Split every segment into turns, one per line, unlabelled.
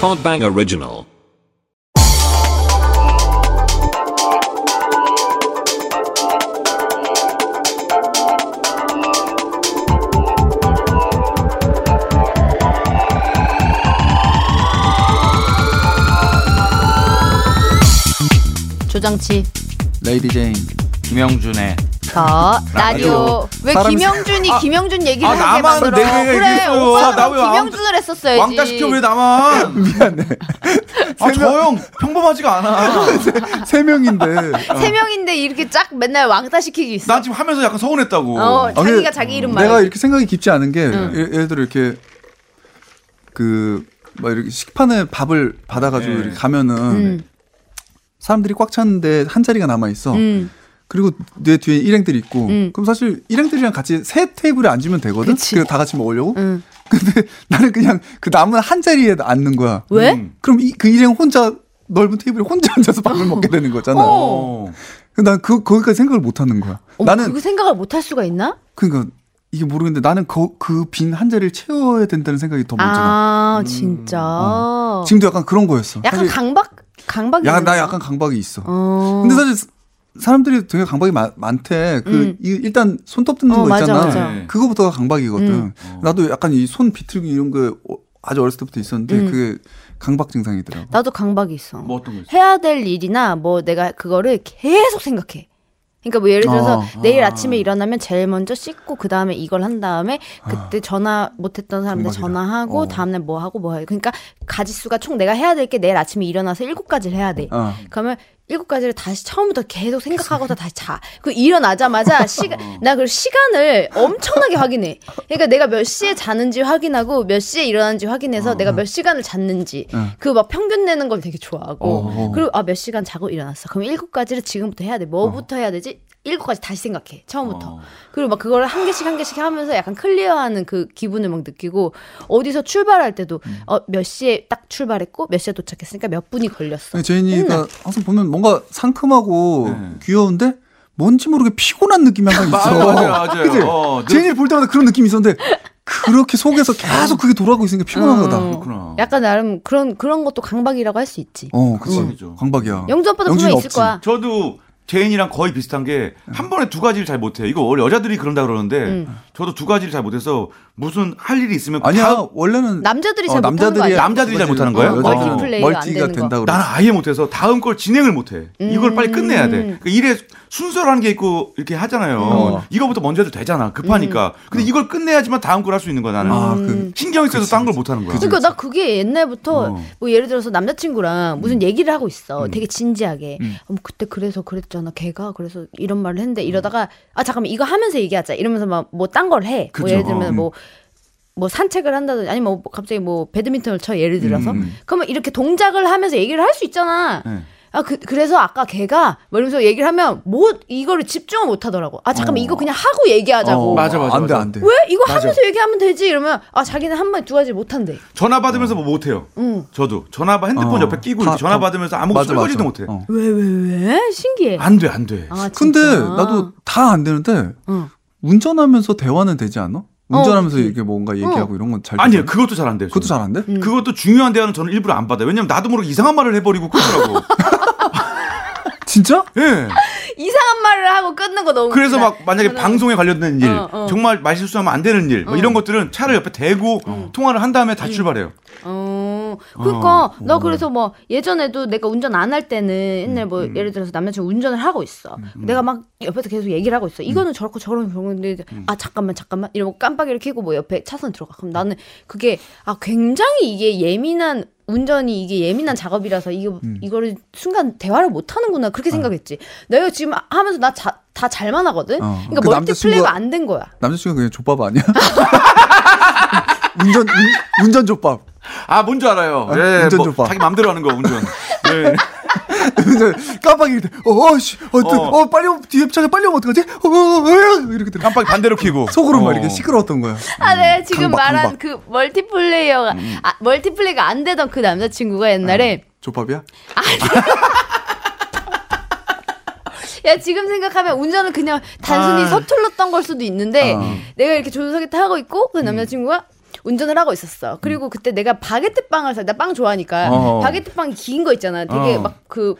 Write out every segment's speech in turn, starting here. Podbang Original.
조정치
레이디 제인
김영준의
더 라디오 왜
사람이-
김영준이
아,
김영준 얘기를
아,
하게
나만
만들어
내 얘기가
그래
얘기했어요.
오빠는
나왜 왕-
김영준을 했었어야지
왕따 시켜 왜 나만? 미안해. 아 저 형 평범하지가 않아.
세 명인데
세 명인데 이렇게 쫙 맨날 왕따 시키기 있어
난 지금 하면서 약간 서운했다고.
어
아,
자기가
근데
자기 이름
내가
말해
이렇게 생각이 깊지 않은 게 예- 예를 들어 이렇게 그막 이렇게 식판에 밥을 받아가지고
네.
이렇게 가면은
음.
사람들이 꽉 찼는데 한 자리가 남아 있어.
음
그리고 내 뒤에 일행들이 있고
음.
그럼 사실 일행들이랑 같이 세 테이블에 앉으면 되거든.
그치.
그래서 다 같이 먹으려고.
응.
근데 나는 그냥 그 남은 한 자리에 앉는 거야.
왜?
음.
그럼 이, 그 일행 혼자 넓은 테이블에 혼자 앉아서 밥을 먹게 되는 거잖아.
어.
난그 거기까지 생각을 못 하는 거야.
어,
나는
그 생각을 못 할 수가 있나?
그러니까 이게 모르겠는데 나는 그 빈 한 자리를 채워야 된다는 생각이 더 먼저 나.
아 진짜
어. 지금도 약간 그런 거였어.
아. 약간
사실
강박 강박이
야, 나
있나?
약간 강박이 있어.
어.
근데 사실 사- 사람들이 되게 강박이 많, 많대. 그
음.
이- 일단 손톱 뜯는
어,
거
맞아,
있잖아.
맞아.
그거부터가 강박이거든.
음.
나도 약간 이 손 비틀기 이런 거 어- 아주 어렸을 때부터 있었는데
음.
그게 강박 증상이더라고.
나도 강박이 있어
뭐 어떤 거 있어?
해야 될 일이나 뭐 내가 그거를 계속 생각해. 그러니까 뭐 예를 들어서
어,
내일
아.
아침에 일어나면 제일 먼저 씻고 그 다음에 이걸 한 다음에
아.
그때 전화 못했던 사람들
금방이다.
전화하고
어.
다음날 뭐 하고 뭐 해. 그러니까 가지수가 총 내가 해야 될 게 내일 아침에 일어나서 일곱 가지를 해야 돼.
어.
그러면 일곱 가지를 다시 처음부터 계속 생각하고서 다시 자. 그 일어나자마자 시간 나 그 시간을 엄청나게 확인해. 그러니까 내가 몇 시에 자는지 확인하고 몇 시에 일어나는지 확인해서 내가 몇 시간을 잤는지 그 막 평균 내는 걸 되게 좋아하고
어.
그리고 아 몇 시간 자고 일어났어. 그럼 일곱 가지를 지금부터 해야 돼. 뭐부터 해야 되지? 일곱 가지 다시 생각해. 처음부터.
어.
그리고 막 그걸 한 개씩 한 개씩 하면서 약간 클리어하는 그 기분을 막 느끼고 어디서 출발할 때도 어 몇 시에 딱 출발했고 몇 시에 도착했으니까 몇 분이 걸렸어.
아니, 제인이가
맨날.
항상 보면 뭔가 상큼하고
네.
귀여운데 뭔지 모르게 피곤한 느낌이 항상 있어.
맞아요, 맞아요.
그치?
어, 늘-
제인이를 볼 때마다 그런 느낌이 있었는데 그렇게 속에서 계속 그게 돌아가고 있으니까 피곤한
음.
거다.
그렇구나.
약간 나름 그런 그런 것도 강박이라고 할 수 있지.
어, 그치.
강박이죠.
강박이야.
영주 오빠도
영준이
분명 있을
없지.
거야.
저도 제인이랑 거의 비슷한 게 한 번에 두 가지를 잘 못해. 이거 원래 여자들이 그런다 그러는데 저도 두 가지를 잘 못해서 무슨 할 일이 있으면
아니야,
다-
원래는
남자들이 잘
어,
못하는 거 아니야?
남자들이 잘 못하는 거예요?
어,
멀티플레이가
여자들은
안
멀티가
되는 거.
된다 그래.
나는 아예 못해서 다음 걸 진행을 못해. 이걸 빨리 끝내야 돼. 그러니까 일에 순서라는 게 있고 이렇게 하잖아요.
음. 어. 음.
이거부터 먼저 해도 되잖아. 급하니까. 근데 이걸 끝내야지만 다음 걸 할 수 있는 거야 나는.
아, 그
신경이 쓰여서 딴 걸 못하는 거야.
그러니까 나 그게 옛날부터
어. 음.
뭐 예를 들어서 남자친구랑 무슨 얘기를 하고 있어. 되게 진지하게. 어머, 그때 그래서 그랬잖아. 걔가 그래서 이런 말을
음.
했는데 이러다가 아 잠깐만 이거 하면서 얘기하자. 이러면서 막 뭐 딴 걸 해. 뭐
그죠.
예를 들면
어.
뭐 뭐 산책을 한다든지 아니면 뭐 갑자기 뭐 배드민턴을 쳐 예를 들어서 그러면 이렇게 동작을 하면서 얘기를 할 수 있잖아.
음, 네.
아, 그, 그래서 아까 걔가, 뭐 이러면서 얘기를 하면, 뭐, 이거를 집중을 못 하더라고. 아, 잠깐만, 이거 그냥 하고 얘기하자고.
어,
어. 맞아, 맞아,
안 돼,
맞아.
안 돼.
왜? 이거 하면서 얘기하면 되지? 이러면, 아, 자기는 한 번에 두 가지 못 한대.
전화 받으면서 뭐 못해요.
응.
저도 전화 받- 핸드폰
어.
옆에 끼고
다-
이렇게 전화
다-
받으면서 아무것도 설거지도 못해.
어.
왜, 왜, 왜? 신기해.
안 돼, 안 돼.
아,
근데
진짜.
나도 다 안 되는데
응.
운전하면서 대화는 되지 않아? 운전하면서
어, 그치. 어.
이렇게 뭔가 얘기하고 이런 건 잘.
아니요,
되잖아.
그것도 잘 안 돼.
그것도 잘 음. 안 돼?
그것도 중요한 대화는 저는 일부러 안 받아요. 왜냐면 나도 모르게 이상한 말을 해버리고 끊더라고.
진짜?
예.
이상한 말을 하고 끊는 거 너무.
그래서
웃기다.
막 만약에
네. 저는-
방송에 관련된 일,
어, 어.
정말 말실수하면 안 되는 일, 뭐 이런 것들은 차를 옆에 대고 통화를 한 다음에 다시 출발해요.
어, 그러니까 나 그래서 뭐 예전에도 내가 운전 안 할 때는 옛날 뭐
음,
예를 들어서 남자친구 운전을 하고 있어. 내가 막 옆에서 계속 얘기를 하고 있어.
음.
이거는 저렇고 저런 그런데 아 잠깐만 잠깐만 이러고 깜빡이를 켜고 뭐 옆에 차선 들어가. 그럼 나는 그게 아 굉장히 이게 예민한 운전이 이게 예민한 작업이라서 이거
음.
이거를 순간 대화를 못 하는구나
어.
그렇게 생각했지. 내가 지금 하면서 나 다 잘만 하거든.
어.
그러니까
그
멀티플레이가
남자친구가-
안 된 거야.
남자친구가 그냥 족밥 아니야? 운전 운, 운전 족밥.
아, 뭔 줄 알아요.
아,
예,
운전
뭐
좀 봐.
자기 마음대로 하는 거, 운전. 예.
그래서 깜빡이 이렇게 어씨 어, 또-
어.
어, 빨리 오면- 뒤에 차가 빨리 오면 어떡하지? 어, 어, 어, 이렇게 들어.
깜빡이 반대로 켜고.
속으로
어.
막 이렇게 시끄러웠던 거야.
아, 네, 지금
강박,
말한
강박.
그 멀티플레이어가 아, 멀티플레이가 안 되던 그 남자친구가 옛날에
족밥이야?
야 지금 생각하면 운전은 그냥 단순히
아. 어.
서툴렀던 걸 수도 있는데
아.
음.
내가 이렇게 조수석에 타고 있고 그 남자친구가 운전을 하고 있었어. 그리고 그때 내가 바게트 빵을 사, 나 빵 좋아하니까
어.
바게트 빵 긴 거 있잖아. 되게
어.
막 그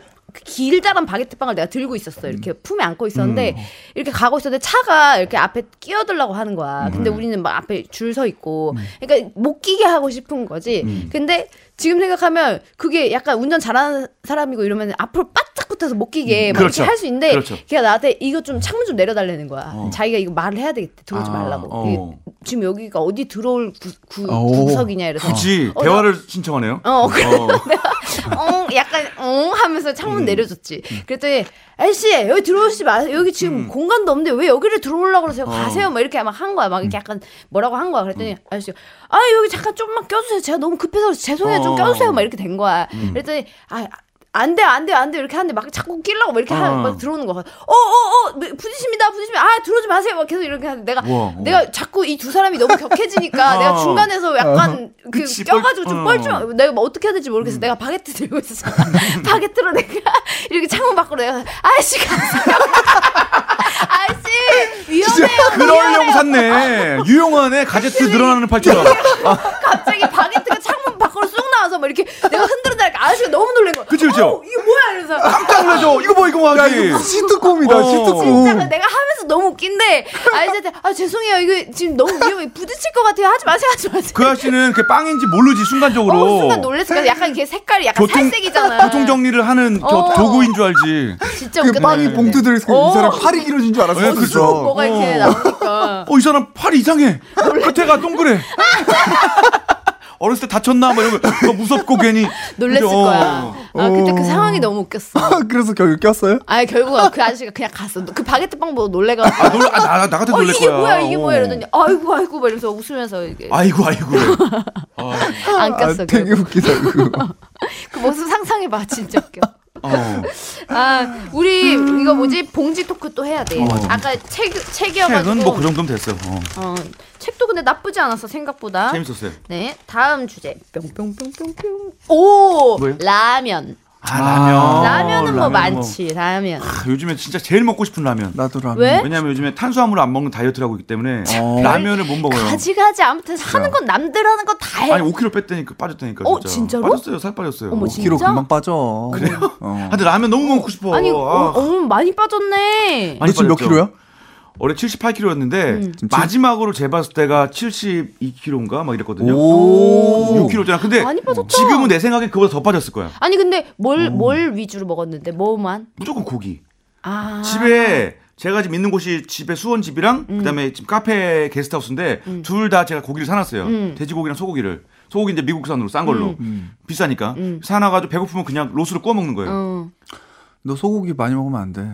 길다란 바게트 빵을 내가 들고 있었어. 이렇게
음.
품에 안고 있었는데 이렇게 가고 있었는데 차가 이렇게 앞에 끼어들라고 하는 거야. 근데
음.
우리는 막 앞에 줄 서 있고, 그러니까 못 끼게 하고 싶은 거지.
음.
근데 지금 생각하면 그게 약간 운전 잘하는 사람이고 이러면 앞으로 바짝 붙어서 못 끼게 막
그렇죠.
이렇게 그러니까 할 수 있는데
그렇죠. 어.
걔가 나한테 이거 좀 창문 좀 내려달라는 거야. 자기가 이거 말을 해야 되겠대. 들어오지
아,
말라고.
어.
이게 지금 여기가 어디 들어올 구, 구,
오.
구석이냐 이래서.
굳이
어,
대화를 신청하네요.
나- 어, 그래.
어.
어, 약간 어 하면서 창문
음.
내려줬지. 그랬더니 아저씨 여기 들어오시지 마세요. 여기
음.
지금 공간도 없는데 왜 여기를 들어오려고 그러세요? 가세요. 막 이렇게 막 한 거야. 막
음.
이렇게 약간 뭐라고 한 거야. 그랬더니 아저씨 가아 여기 잠깐 좀만 껴주세요. 제가 너무 급해서 죄송해요. 좀
어. 음.
껴주세요. 막 이렇게 된 거야. 그랬더니 아. 안 돼, 안 돼, 안 돼. 이렇게 하는데 막 자꾸 끼려고 막 이렇게 하,
어.
막 들어오는 거야. 어, 어, 어, 부딪힙니다, 부딪힙니다. 아, 들어오지 마세요. 막 계속 이렇게 하는데 내가,
우와, 우와.
내가 자꾸 이 두 사람이 너무 격해지니까
어.
내가 중간에서 약간 그
그치, 뻘-
껴가지고 좀
어. 음.
뻘쭘, 내가 뭐 어떻게 해야 될지 모르겠어. 내가 바게트 들고 있었어. 바게트로 내가 이렇게 창문 밖으로 내가 아저씨 가세요. 아저씨 위험해요.
그럴려고 샀네. 유용한에 가제트 늘어나는 팔찌라.
갑자기 바게트가 창문 밖으로 쑥 나와서 막 이렇게 내가 흔들다니까 아저씨가 너무 놀란 거야.
그치, 그치.
어, 이게 뭐야 이러면서.
깜짝 놀라죠. 이거 뭐 이거 뭐
야,
하기.
이거 시트콤이다,
어.
시트콤.
진짜 그 내가 하면서 너무 웃긴데 아저씨한테 아 죄송해요 이거 지금 너무 위험해 부딪힐 것 같아요 하지 마세요 하지 마세요.
그 아씨는 그 빵인지 모르지 순간적으로.
어, 순간 놀랬을까 약간 이게 색깔이 약간
교통-
살색이잖아.
교통 정리를 하는 겨-
어.
도구인 줄 알지.
진짜
그
웃겼다.
빵이 봉투 들어있어. 이 사람
어.
팔이 길어진 줄 알았어.
예,
그
그죠.
죠 뭐가 이렇게
어.
나오니까.
어, 이 사람 팔이 이상해. 끝에가 동그래. 어렸을 때 다쳤나? 막 이러고 너 무섭고 괜히.
놀랬을
그죠?
거야. 아, 그때 그
어.
상황이 너무 웃겼어.
그래서 결국 꼈어요?
아, 결국 그 아저씨가 그냥 갔어. 그 바게트 빵 보고
아,
놀래가지고.
놀, 아, 나, 나 같은
어,
놀랄
이게
거야.
뭐야, 이게
어.
뭐야, 이러더니, 아이고, 아이고, 막 이러면서 웃으면서 이게
아이고, 아이고. 어.
안 꼈어.
아, 되게
결국.
웃기다, 그거.
그 모습 상상해봐, 진짜 웃겨.
어.
아, 우리,
음.
이거 뭐지? 봉지 토크 또 해야 돼. 아까 책, 책이어가지고.
어, 책은 뭐 그 정도면 됐어. 어.
어, 책도 근데 나쁘지 않았어, 생각보다.
재밌었어요.
네, 다음 주제. 뿅뿅뿅뿅뿅. 오!
뭐예요?
라면.
아, 라면.
라면은 뭐
라면은
많지, 라면.
아, 요즘에 진짜 제일 먹고 싶은 라면.
나도 라면.
왜?
왜냐면 요즘에 탄수화물 안 먹는 다이어트를 하고 있기 때문에 라면을 못 먹어요.
가지가지 아무튼 하는 건 남들 하는 건 다 해.
아니 5kg 뺐다니까 빠졌다니까.
어,
진짜.
진짜로?
빠졌어요. 살 빠졌어요.
어머, 진짜?
5kg 금방 빠져. 그래요? 어.
근데 라면 너무 먹고 싶어.
아니,
아.
어, 어, 많이 빠졌네.
많이
너 지금 몇
빠졌죠?
킬로야?
음.
원래 78kg였는데 마지막으로 재봤을 때가 72kg인가 막 이랬거든요.
오.
6kg잖아. 근데
많이 빠졌다.
지금은 내 생각엔 그보다 더 빠졌을 거야.
아니 근데 뭘
음.
뭘 위주로 먹었는데 뭐만?
무조건 고기.
아.
집에 제가 지금 있는 곳이 집에 수원 집이랑 그다음에 지금 카페 게스트하우스인데
음.
둘 다 제가 고기를 사놨어요. 돼지고기랑 소고기를. 소고기 이제 미국산으로 싼 걸로
음.
비싸니까 사놔가지고 배고프면 그냥 로스를 구워 먹는 거예요.
어.
너 소고기 많이 먹으면 안 돼.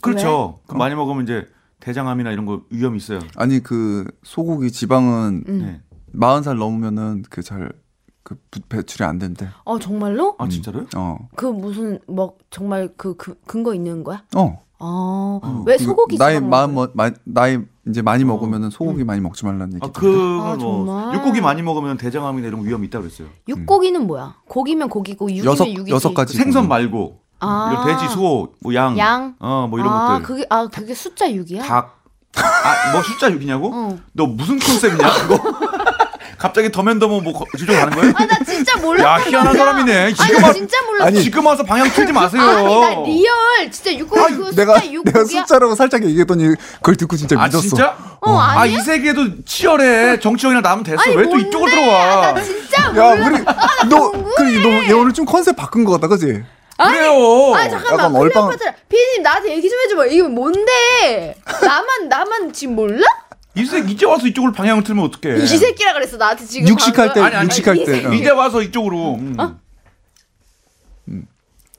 그렇죠. 그 많이 먹으면 이제 대장암이나 이런 거 위험이 있어요.
아니 그 소고기 지방은
음.
네.
40살 넘으면은 그 잘 그 배출이 안 된대.
어 정말로?
아 진짜로요?
어.
그 무슨 뭐 정말 그, 그 근거 있는 거야?
어.
어.
음.
왜
그
이거
소고기
나이
지방
마음
먹어요?
뭐- 마, 나이 이제 많이 먹으면은 소고기 많이 먹지 말라는 얘기.
아, 그건
아,
뭐
정말?
육고기 많이 먹으면 대장암이나 이런 위험이 있다 그랬어요.
육고기는 뭐야? 고기면 고기고 육이면
여섯
육이지.
여섯 가지.
그 생선 말고
아.
이런 돼지, 소, 뭐 양,
양?
어, 뭐 이런
아,
것들,
그게 아 그게 숫자 6이야?
닭. 아, 뭐 숫자 6이냐고?
어.
너 무슨 컨셉이냐 그거? 갑자기 더맨더머 뭐 거- 지정 가는 거야?
아 나 진짜 몰랐어.
야 희한한 사람이네.
아니
지금
나
와,
진짜 몰랐어.
아니,
지금 와서 방향 틀지 마세요.
아니 나 리얼 진짜
아,
육고기 그 숫자
내가 내가
육고기야.
숫자라고 살짝 얘기했더니 그걸 듣고 진짜
아,
믿었어.
진짜?
어
아
아니야?
이 세계도 치열해. 정치형이랑 나면 됐어.
아니
왜 또
뭔데?
이쪽으로
아,
들어와?
나 진짜
야,
몰라.
우리
아,
너 그래 너얘 오늘 좀 컨셉 바꾼 것 같다, 그지?
그래요.
아 잠깐만
약간 얼빵-
클레오파트라 피디님 나한테 얘기 좀 해줘봐 이게 뭔데 나만 나만 지금 몰라?
이제 이제 와서 이쪽으로 방향을 틀면 어떡해?
이 새끼라 그랬어 나한테 지금
예. 육식할
방금.
때
아니, 아니,
육식할
이
때. 어.
이제 와서 이쪽으로. 음.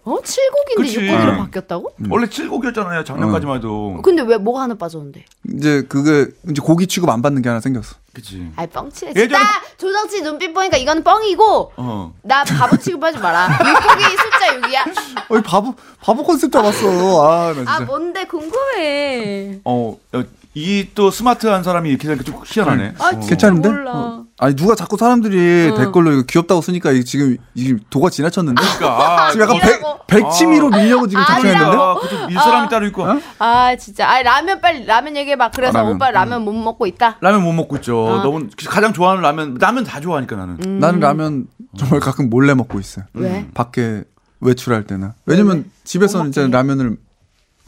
어? 칠곡인데
그치.
육곡으로
응.
음.
바뀌었다고?
원래 칠곡이었잖아요.
어.
작년까지만 해도.
근데 왜 뭐가 하나 빠졌는데
이제 그게 이제 고기 취급 안 받는 게 하나 생겼어.
그치.
아이 뻥치네
예전에-
진짜 조정치 눈빛 보니까 이건 뻥이고
어.
나 바보 취급하지 마라 육곡이 숫자 육이야
어이
뭐
바보 바보 컨셉 잡았어. 아, 나 진짜.
아 뭔데 궁금해
어, 어, 이 또 스마트한 사람이 이렇게 되니까 좀 희한하네.
아,
어.
괜찮은데?
몰라.
어. 아니 누가 자꾸 사람들이
어.
댓글로 이거 귀엽다고 쓰니까 이게 지금 이게 도가 지나쳤는데
그러니까 아,
지금 약간 백,
아니라고.
백치미로 밀려고 지금
아,
작성했는데
아니라고. 어.
그러니까 그것도 밀 사람이 따로 있고
아 진짜 아 라면 빨리 라면 얘기해봐 그래서
아, 라면.
오빠 라면 못 먹고 있다
라면 못 먹고 있죠.
어.
너무 가장 좋아하는 라면 라면 다 좋아하니까 나는.
음.
나는 라면 정말 가끔 몰래 먹고 있어요.
음.
왜?
밖에 외출할 때나. 왜냐면
뭐
집에서는 이제 라면을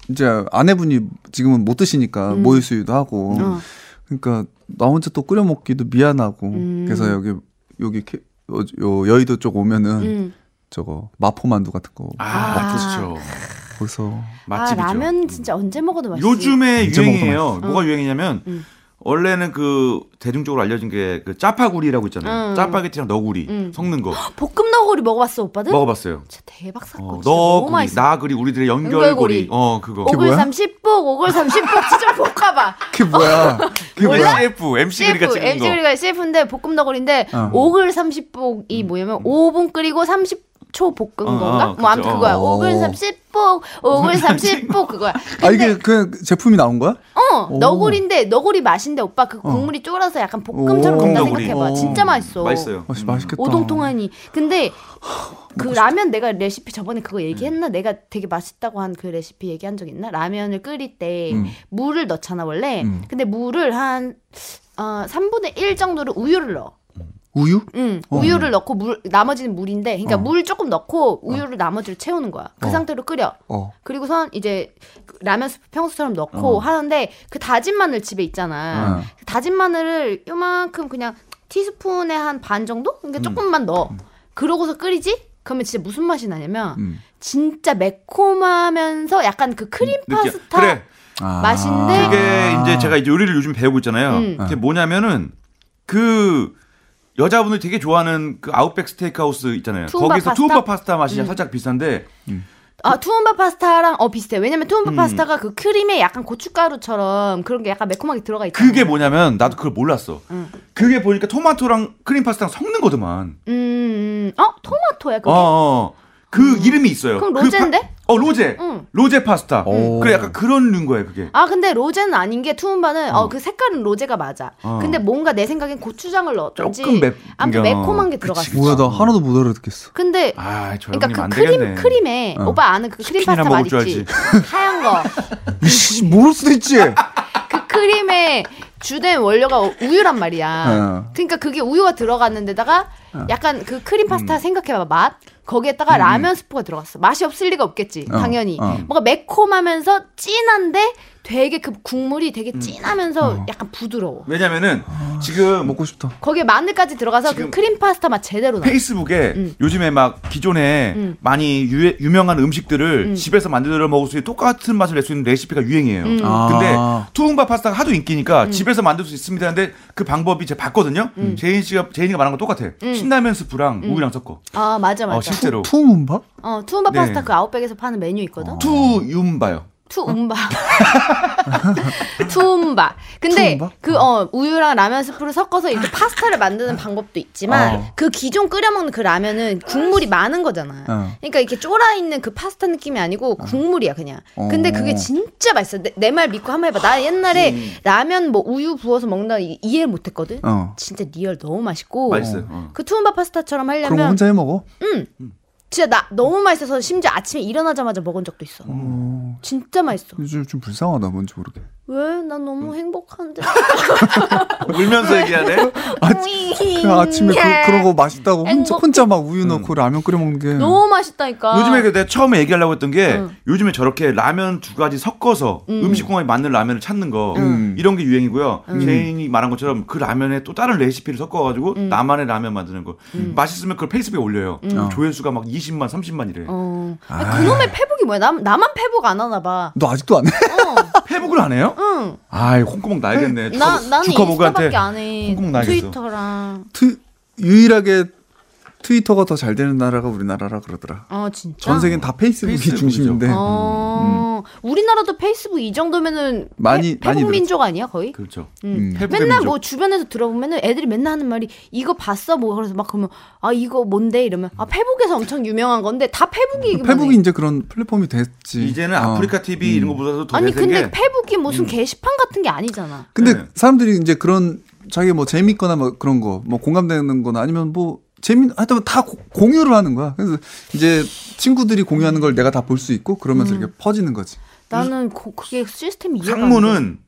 이제 아내분이 지금은 못 드시니까
음.
모일 수도 하고.
어.
그러니까 나 혼자 또 끓여 먹기도 미안하고.
음.
그래서 여기 여기 캐- 어, 요 여의도 쪽 오면은
음.
저거 마포 만두 같은 거
아, 좋죠.
거기서
맛집이죠. 음.
아 라면 진짜 언제 먹어도 어. 음. 맛있어
요즘에
진짜
유행이에요. 뭐가 유행이냐면 원래는 그 대중적으로 알려진 게 그 짜파구리라고 있잖아요.
음.
짜파게티랑 너구리 섞는 거
볶음 너구리 먹어봤어 오빠들?
먹어봤어요.
진짜 대박 사건
어,
진짜 너무
너구리,
맛있어
나그리 우리들의 연결고리.
연결고리.
어 그거.
그게 뭐야?
오글삼 십복 오글삼 십복 진짜 볶아봐
그게 뭐야? 그게
원래
뭐야?
CF, MC 그리가
CF,
찍은 거.
MG그리가 CF인데 볶음 너구리인데
어.
오글 30복이 뭐냐면 5분 끓이고 30초 볶은
음. 어, 어,
건가?
그죠.
뭐 아무튼 그거야.
어.
오글 30복, 오글 30복 그거야.
아 이게 그 제품이 나온 거야?
어
오.
너구리인데 너구리 맛인데 오빠 그 국물이 쫄아서 약간 볶음처럼
오.
된다
볶음 어. 너구리.
생각해봐.
어.
진짜 맛있어.
맛있어요.
아, 씨, 맛있겠다.
오동통하니. 근데 그 라면 내가 레시피 저번에 그거
네.
얘기했나? 내가 되게 맛있다고 한 그 레시피 얘기한 적 있나? 라면을 끓일 때
음.
물을 넣잖아 원래. 근데 물을 한 어, 3분의 1 정도를 우유를 넣어.
우유?
응,
어.
우유를 넣고 물 나머지는 물인데, 그러니까 물 조금 넣고 우유를 나머지를 채우는 거야. 그 상태로 끓여.
어.
그리고선 이제 그 라면 스프 평소처럼
어.
넣고 하는데 그 다진 마늘 집에 있잖아.
음.
그 다진 마늘을 요만큼 그냥 티스푼에 한 반 정도?
음.
그러니까 조금만 넣어. 그러고서 끓이지? 그러면 진짜 무슨 맛이 나냐면
음.
진짜 매콤하면서 약간 그 크림
음, 느끼해.
파스타
그래.
아.
맛인데
그게 이제 제가 이제 요리를 요즘 배우고 있잖아요.
음.
네.
그게 뭐냐면은 그 여자분들 되게 좋아하는 그 아웃백 스테이크하우스 있잖아요.
투움바
거기서
파스타? 음.
투움바 파스타 맛이 살짝 비슷한데
아 투움바 파스타랑 어 비슷해. 왜냐면 투움바
음.
파스타가 그 크림에 약간 고춧가루처럼 그런 게 약간 매콤하게 들어가 있잖아.
그게 뭐냐면 나도 그걸 몰랐어. 그게 보니까 토마토랑 크림 파스타랑 섞는 거더만.
음, 음, 어 토마토야
어,
그게. 음.
어. 그 이름이 있어요.
그럼
그
로제인데? 음.
파- 어 로제.
응.
로제 파스타.
오.
그래 약간 그런 거예요 그게.
아 근데 로제는 아닌 게 투움바는 어 그 색깔은 로제가 맞아.
어.
근데 뭔가 내 생각엔 고추장을 넣었던지
조금 맵-
아무튼
그러니까
매콤한 게
그치,
들어갔어.
그치.
뭐야 나 하나도 못 알아듣겠어.
근데
아, 저 형님
그러니까
안
그 크림
되겠네.
크림에
어.
오빠 아는 그 크림
치킨이나
파스타
먹을
맛
줄
있지. 하얀 거.
이씨 모를 수도 있지.
그 크림의 주된 원료가 우유란 말이야.
어.
그러니까 그게 우유가 들어갔는데다가 약간 그 크림
음.
파스타 생각해봐 맛. 거기에다가 라면 스프가 들어갔어. 맛이 없을 리가 없겠지.
어,
당연히
어.
뭔가 매콤하면서 진한데 되게 그 국물이
음.
되게 진하면서
어.
약간 부드러워.
왜냐면은 지금
먹고 싶다.
거기에 마늘까지 들어가서 그
지금 그
크림 파스타 맛 제대로 나.
페이스북에
음.
요즘에 막 기존에 많이 유, 유명한 음식들을 집에서 만들어 먹을 수 있는 똑같은 맛을 낼 수 있는 레시피가 유행이에요.
음.
아.
근데 투움바 파스타가 하도 인기니까 집에서 만들 수 있습니다. 근데 그 방법이 제가 봤거든요.
음.
제인 씨가 제인이가 말한 거 똑같아. 신라면 스프랑 우유랑 섞어.
아 맞아
어,
맞아.
실제로
투움바?
어 투움바
네. 어.
파스타 그 아웃백에서 파는 메뉴 있거든.
투움바요.
투움바. 투움바. 근데
투움바?
그 어 우유랑 라면 스프를 섞어서 이렇게 파스타를 만드는 방법도 있지만
어.
그 기존 끓여 먹는 그 라면은 국물이 많은 거잖아.
어.
그러니까 이렇게 쫄아 있는 그 파스타 느낌이 아니고 국물이야 그냥.
어.
근데 그게 진짜 맛있어. 내 말 믿고 한번 해봐. 나 옛날에 라면 뭐 우유 부어서 먹는다 이- 이해 못했거든.
어.
진짜 리얼 너무 맛있고.
맛있어요. 어.
그 투움바 파스타처럼
그럼
하려면
혼자 해 먹어?
진짜 나 너무 맛있어서 심지어 아침에 일어나자마자 먹은 적도 있어.
어,
진짜 맛있어.
요즘 좀 불쌍하다 뭔지 모르게.
왜? 난 너무
음.
행복한데.
어. 울면서 얘기하네.
음.
그 아침에
예.
그, 그런 거 맛있다고 혼자,
행복해.
혼자 막
음.
우유 넣고 라면 끓여 먹는 게.
음. 너무 맛있다니까.
요즘에 그 내가 처음에 얘기하려고 했던 게 요즘에 저렇게 라면 두 가지 섞어서 음. 식공항에 맞는 라면을 찾는 거
음.
이런 게 유행이고요. 제인이 말한 것처럼 그 라면에 또 다른 레시피를 섞어가지고
음.
나만의 라면 만드는 거 맛있으면 그걸 페이스북에 올려요.
어.
조회수가 막 20만, 30만이래.
어. 아니, 그놈의 페북이 뭐야? 나, 나만 페북 안 하나 봐.
너 아직도 안 해?
어.
페북을 안 해요?
응.
아이 홍구멍 나야겠네.
나,
주커버-
나는
주커버그한테
인스타밖에 안 해.
콩콩 나겠어.
트위터랑.
트, 유일하게 트위터가 더 잘 되는 나라가 우리나라라 그러더라.
아 진짜.
전 세계는 다 페이스북이
페이스북이죠.
중심인데
어, 우리나라도 페이스북 이 정도면은
많이-
태,
많이
국 민족 아니야 거의?
그렇죠.
음.
태국
맨날
민족.
뭐 주변에서 들어보면은 애들이 맨날 하는 말이 이거 봤어 뭐 그래서 막 그러면 아 이거 뭔데 이러면 아 페북에서 엄청 유명한 건데 다
그
페북이 얘기만 해.
페북이 이제 그런 플랫폼이 됐지.
이제는
어.
아프리카 TV 이런 거보다도 더
아니
대세인
근데
게 음.
페북이 무슨 게시판 같은 게 아니잖아.
근데
네.
사람들이 이제 그런 자기 뭐 재밌거나 뭐 그런 거 뭐 공감되는 거나 아니면 뭐 재미 하여튼 다 고- 공유를 하는 거야. 그래서 이제 친구들이 공유하는 걸 내가 다 볼 수 있고 그러면서
음.
이렇게 퍼지는 거지.
나는 고- 그게 시스템이 이해가 안 돼. 어.
상무는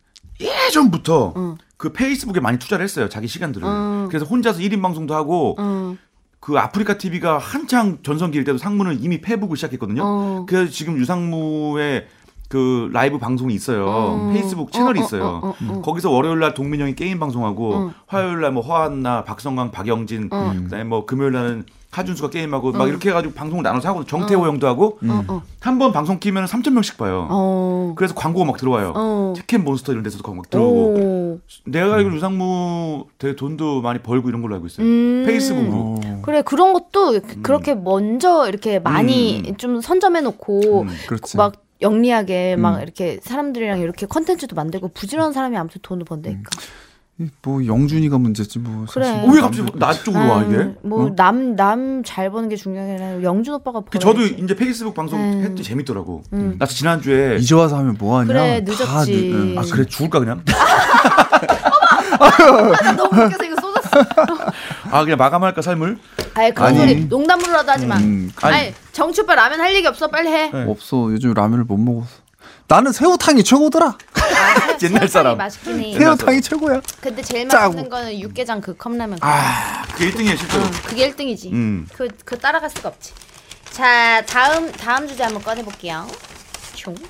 예전부터
응.
그 페이스북에 많이 투자를 했어요. 자기 시간들을.
응.
그래서 혼자서 1인 방송도 하고
어,
그 아프리카 TV가 한창 전성기일 때도 상무는 이미 페북을 시작했거든요.
어.
그래서 지금 유상무의 그 라이브 방송이 있어요.
어.
페이스북 채널이
어, 어,
있어요. 음.
어, 어, 어.
거기서 월요일 날 동민 형이 게임 방송하고
어.
화요일 날뭐 허한나, 박성광, 박영진
어.
그다음에 뭐 금요일 날은 하준수가 게임하고 막 이렇게 해 가지고 방송을 나눠서 하고 정태호 형도 하고
어, 어,
한 번 방송 끼면 3,000명씩 봐요.
어.
그래서 광고가 막 들어와요.
어.
티켓 몬스터 이런 데서도 광고 막 들어오고.
오.
내가 알기로 유상무 되게 돈도 많이 벌고 이런 걸로 알고 있어요.
음.
페이스북으로.
뭐
그래 그런 것도 이렇게 그렇게 먼저 이렇게 많이
음.
좀 선점해 놓고
음,
그렇지.
막 영리하게 막
음.
이렇게 사람들이랑 이렇게 컨텐츠도 만들고 부지런한 사람이 아무튼 돈을
음.
번다니까.
뭐 영준이가 문제지 뭐.
그래.
어, 왜 갑자기 나 쪽으로 와 뭐, 아, 이게?
음.
어?
뭐남 남 잘 버는 게 중요한 게 아니라 영준 오빠가
그
벌어.
저도 이제 페이스북 방송
그러니까. 음.
했더니 재밌더라고.
음.
나 지난 주에
이제 와서 하면 뭐 하냐? 네.
그래,
다
늦었지.
늦- 응.
네. 아 그래 죽을까 그냥?
아, 너무 웃겨서 이거 쏟았어.
아 그냥 마감할까 삶을?
아예 그런
아니.
소리 농담으로라도 하지 마.
음,
아니, 정치 오빠 라면 할 얘기 없어 빨리 해.
네.
없어. 요즘 라면을 못 먹어서. 나는 새우탕이 최고더라.
아,
옛날 사람. 음.
맛있긴 해.
새우탕이 최고야.
근데 제일
짜고.
맛있는 거는 육개장 그 컵라면.
아 그게 1등이야 실제로.
어, 그게 1등이지.
음.
그, 그 따라갈 수가 없지. 자, 다음, 다음 주제 한번 꺼내볼게요. 슝. 슝,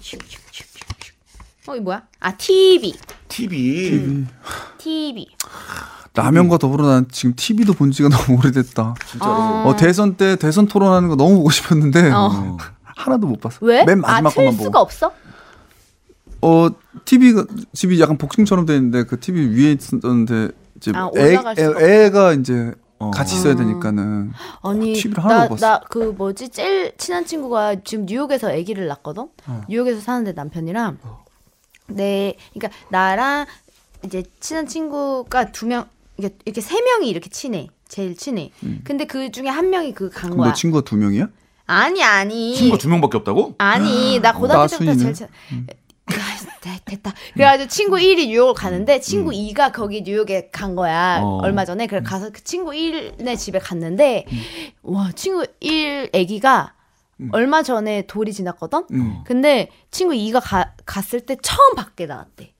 슝, 슝, 슝, 슝. 어, 이 뭐야? 아, TV.
TV.
TV.
라면과 더불어 난 지금 TV도 본 지가 너무 오래됐다.
진짜로.
어.
어, 대선 때 대선 토론하는 거 너무 보고 싶었는데
어.
하나도 못 봤어.
왜?
맨
아,
마지막
틀
것만
수가
보고.
없어?
어 TV가 집이 약간 복층처럼 돼 있는데 그 TV 위에 있었는데 이제
아,
애,
올라갈 수가 없어. 아.
애, 가 이제 같이 있어야 되니까는
아니,
TV 를
나,
하나도 못 봤어.
나, 그 뭐지? 제일 친한 친구가 지금 뉴욕에서 아기를 낳거든?
어.
뉴욕에서 사는데 남편이랑. 네, 그러니까 나랑 이제 친한 친구가 두 명, 이렇게, 이렇게 세 명이 이렇게 친해. 제일 친해.
음.
근데 그 중에 한 명이 그 간
그럼
거야.
너 친구가 두 명이야?
아니 아니
친구가 두 명밖에 없다고?
아니 나 고등학교 때부터
나순이네.
제일 친...
음.
아, 네, 됐다. 그래가지고 친구 1이 뉴욕을 가는데
음.
친구 2가 거기 뉴욕에 간 거야
어.
얼마 전에.
음.
그래 가서 그 친구 1네 집에 갔는데 와 친구 1 아기가 얼마 전에 돌이 지났거든.
음.
근데 친구 2가 가, 갔을 때 처음 밖에 나왔대.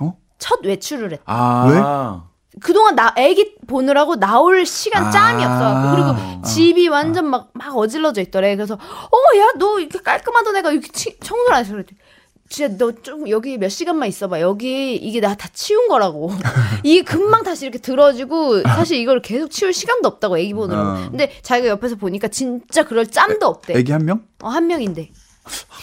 어?
첫 외출을 했.
아
그동안 나 애기 보느라고 나올 시간 짬이
아.
없어. 그리고 집이 완전 막, 막 어질러져 있더래. 그래서, 어머, 야, 너 이렇게 깔끔하던 애가 이렇게 치- 청소를 안 해서 그랬대. 진짜 너 좀 여기 몇 시간만 있어봐. 여기 이게 나 다 치운 거라고. 이게 금방 다시 이렇게 들어지고 사실 이걸 계속 치울 시간도 없다고 애기 보느라고.
어.
근데 자기가 옆에서 보니까 진짜 그럴 짬도 없대.
애기 한 명?
어, 한 명인데.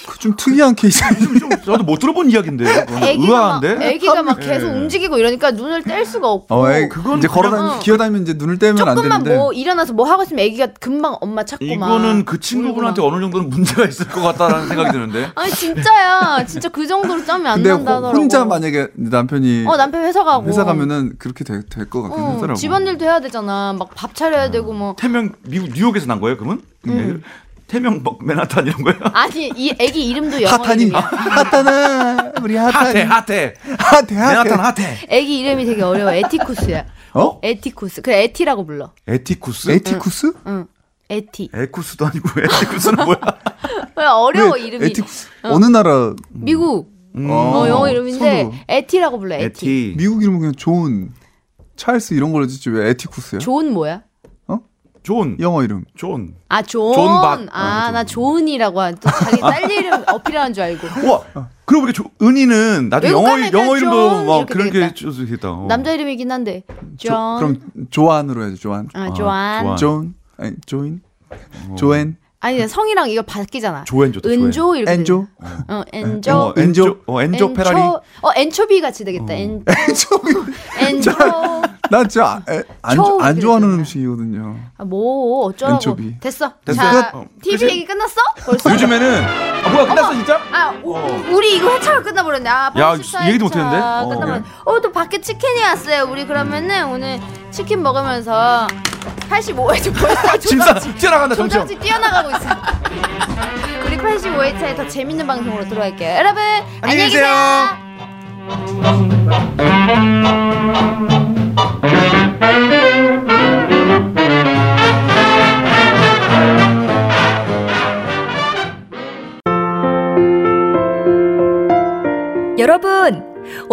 그 좀 특이한 케이스.
좀, 좀 저도 못 들어본 이야기인데. 그건
애기가 막,
의아한데.
애기가 막
예.
계속 움직이고 이러니까 눈을 뗄 수가 없고.
어, 애,
그건
이제 걸어
그냥-
다니 기어다니면 이제 눈을 떼면 안
조금만
되는데.
뭐 일어나서 뭐 하고 있으면 애기가 금방 엄마 찾고 막
이거는 그 친구분한테 어느 정도는 문제가 있을 것 같다라는 생각이 드는데.
아니 진짜야 진짜 그 정도로 짬이 안
근데
난다더라고
혼자 만약에 남편이
어 남편 회사 가고
회사 가면은 그렇게 될 것 같긴
어,
하더라고.
집안일도 해야 되잖아 막 밥 차려야 되고 뭐
태명 미국 뉴욕에서 난 거예요, 그러면?
음.
네. 태명 막 맨하탄 이런 거예요?
아니 이 애기 이름도 영어
하타니
이름이야
하타나 아, 우리
하태,
하타니
하태.
하태
맨하탄
하태
하태.
애기 이름이 되게 어려워 에티쿠스야
어?
에티쿠스 그래 에티라고 불러
에티쿠스?
에티쿠스?
응 에티
에쿠스도 아니고 에티쿠스는 뭐야?
왜 어려워
왜
이름이
네, 에티쿠스 어느 나라
미국
음.
어, 영어 이름인데
서로.
에티라고 불러 에티.
에티.
미국 이름은 그냥 존 찰스 이런 걸로 짓지 왜 에티쿠스야?
존 뭐야
존.
영어 이름
존.
아 존.
존 박.
아, 나 존이라고 한. 또 자기 딸 이름 어필하는 줄 알고.
와, 그러고 보니까 조, 은이는 나중에
외국
영어,
가면
영어
그냥
이름도
존
막
이렇게
그렇게
되겠다.
좋겠다. 어.
남자 이름이긴 한데.
조-
존.
그럼 조안으로 해야지 조안
아,
아,
조안.
조안.
존 아니 조인 조엔
아니 성이랑 이거 바뀌잖아.
조엔 좋다, 조엔.
은조 이렇게.
엔조
되잖아. 어,
어,
엔조.
엔조. 어, 엔조 페라리.
어, 엔초비 같이 되겠다. 엔조. 엔조.
나 진짜 아, 에- 안, 좋- 안 좋아하는 음식이거든요.
아, 뭐 어쩌라고
엔초비.
됐어.
됐어.
자,
끝. 어.
TV
끝이-
얘기 끝났어? 벌써?
요즘에는 아 뭐야 끝났어 진짜?
아, 우- 우리 이거 회차가 끝나버렸네. 아,
야,
84회차
얘기도 못했는데? 어,
끝나버렸네. 어, 또 밖에 치킨이 왔어요. 우리 그러면은 오늘 치킨 먹으면서 85회차 벌써
아, 진짜 뛰어나간다 정치형.
조정치 뛰어나가고 있어. 우리 85회차에 더 재밌는 방송으로 돌아올게요. 여러분, 안녕히
계세요.
계세요.
여러분,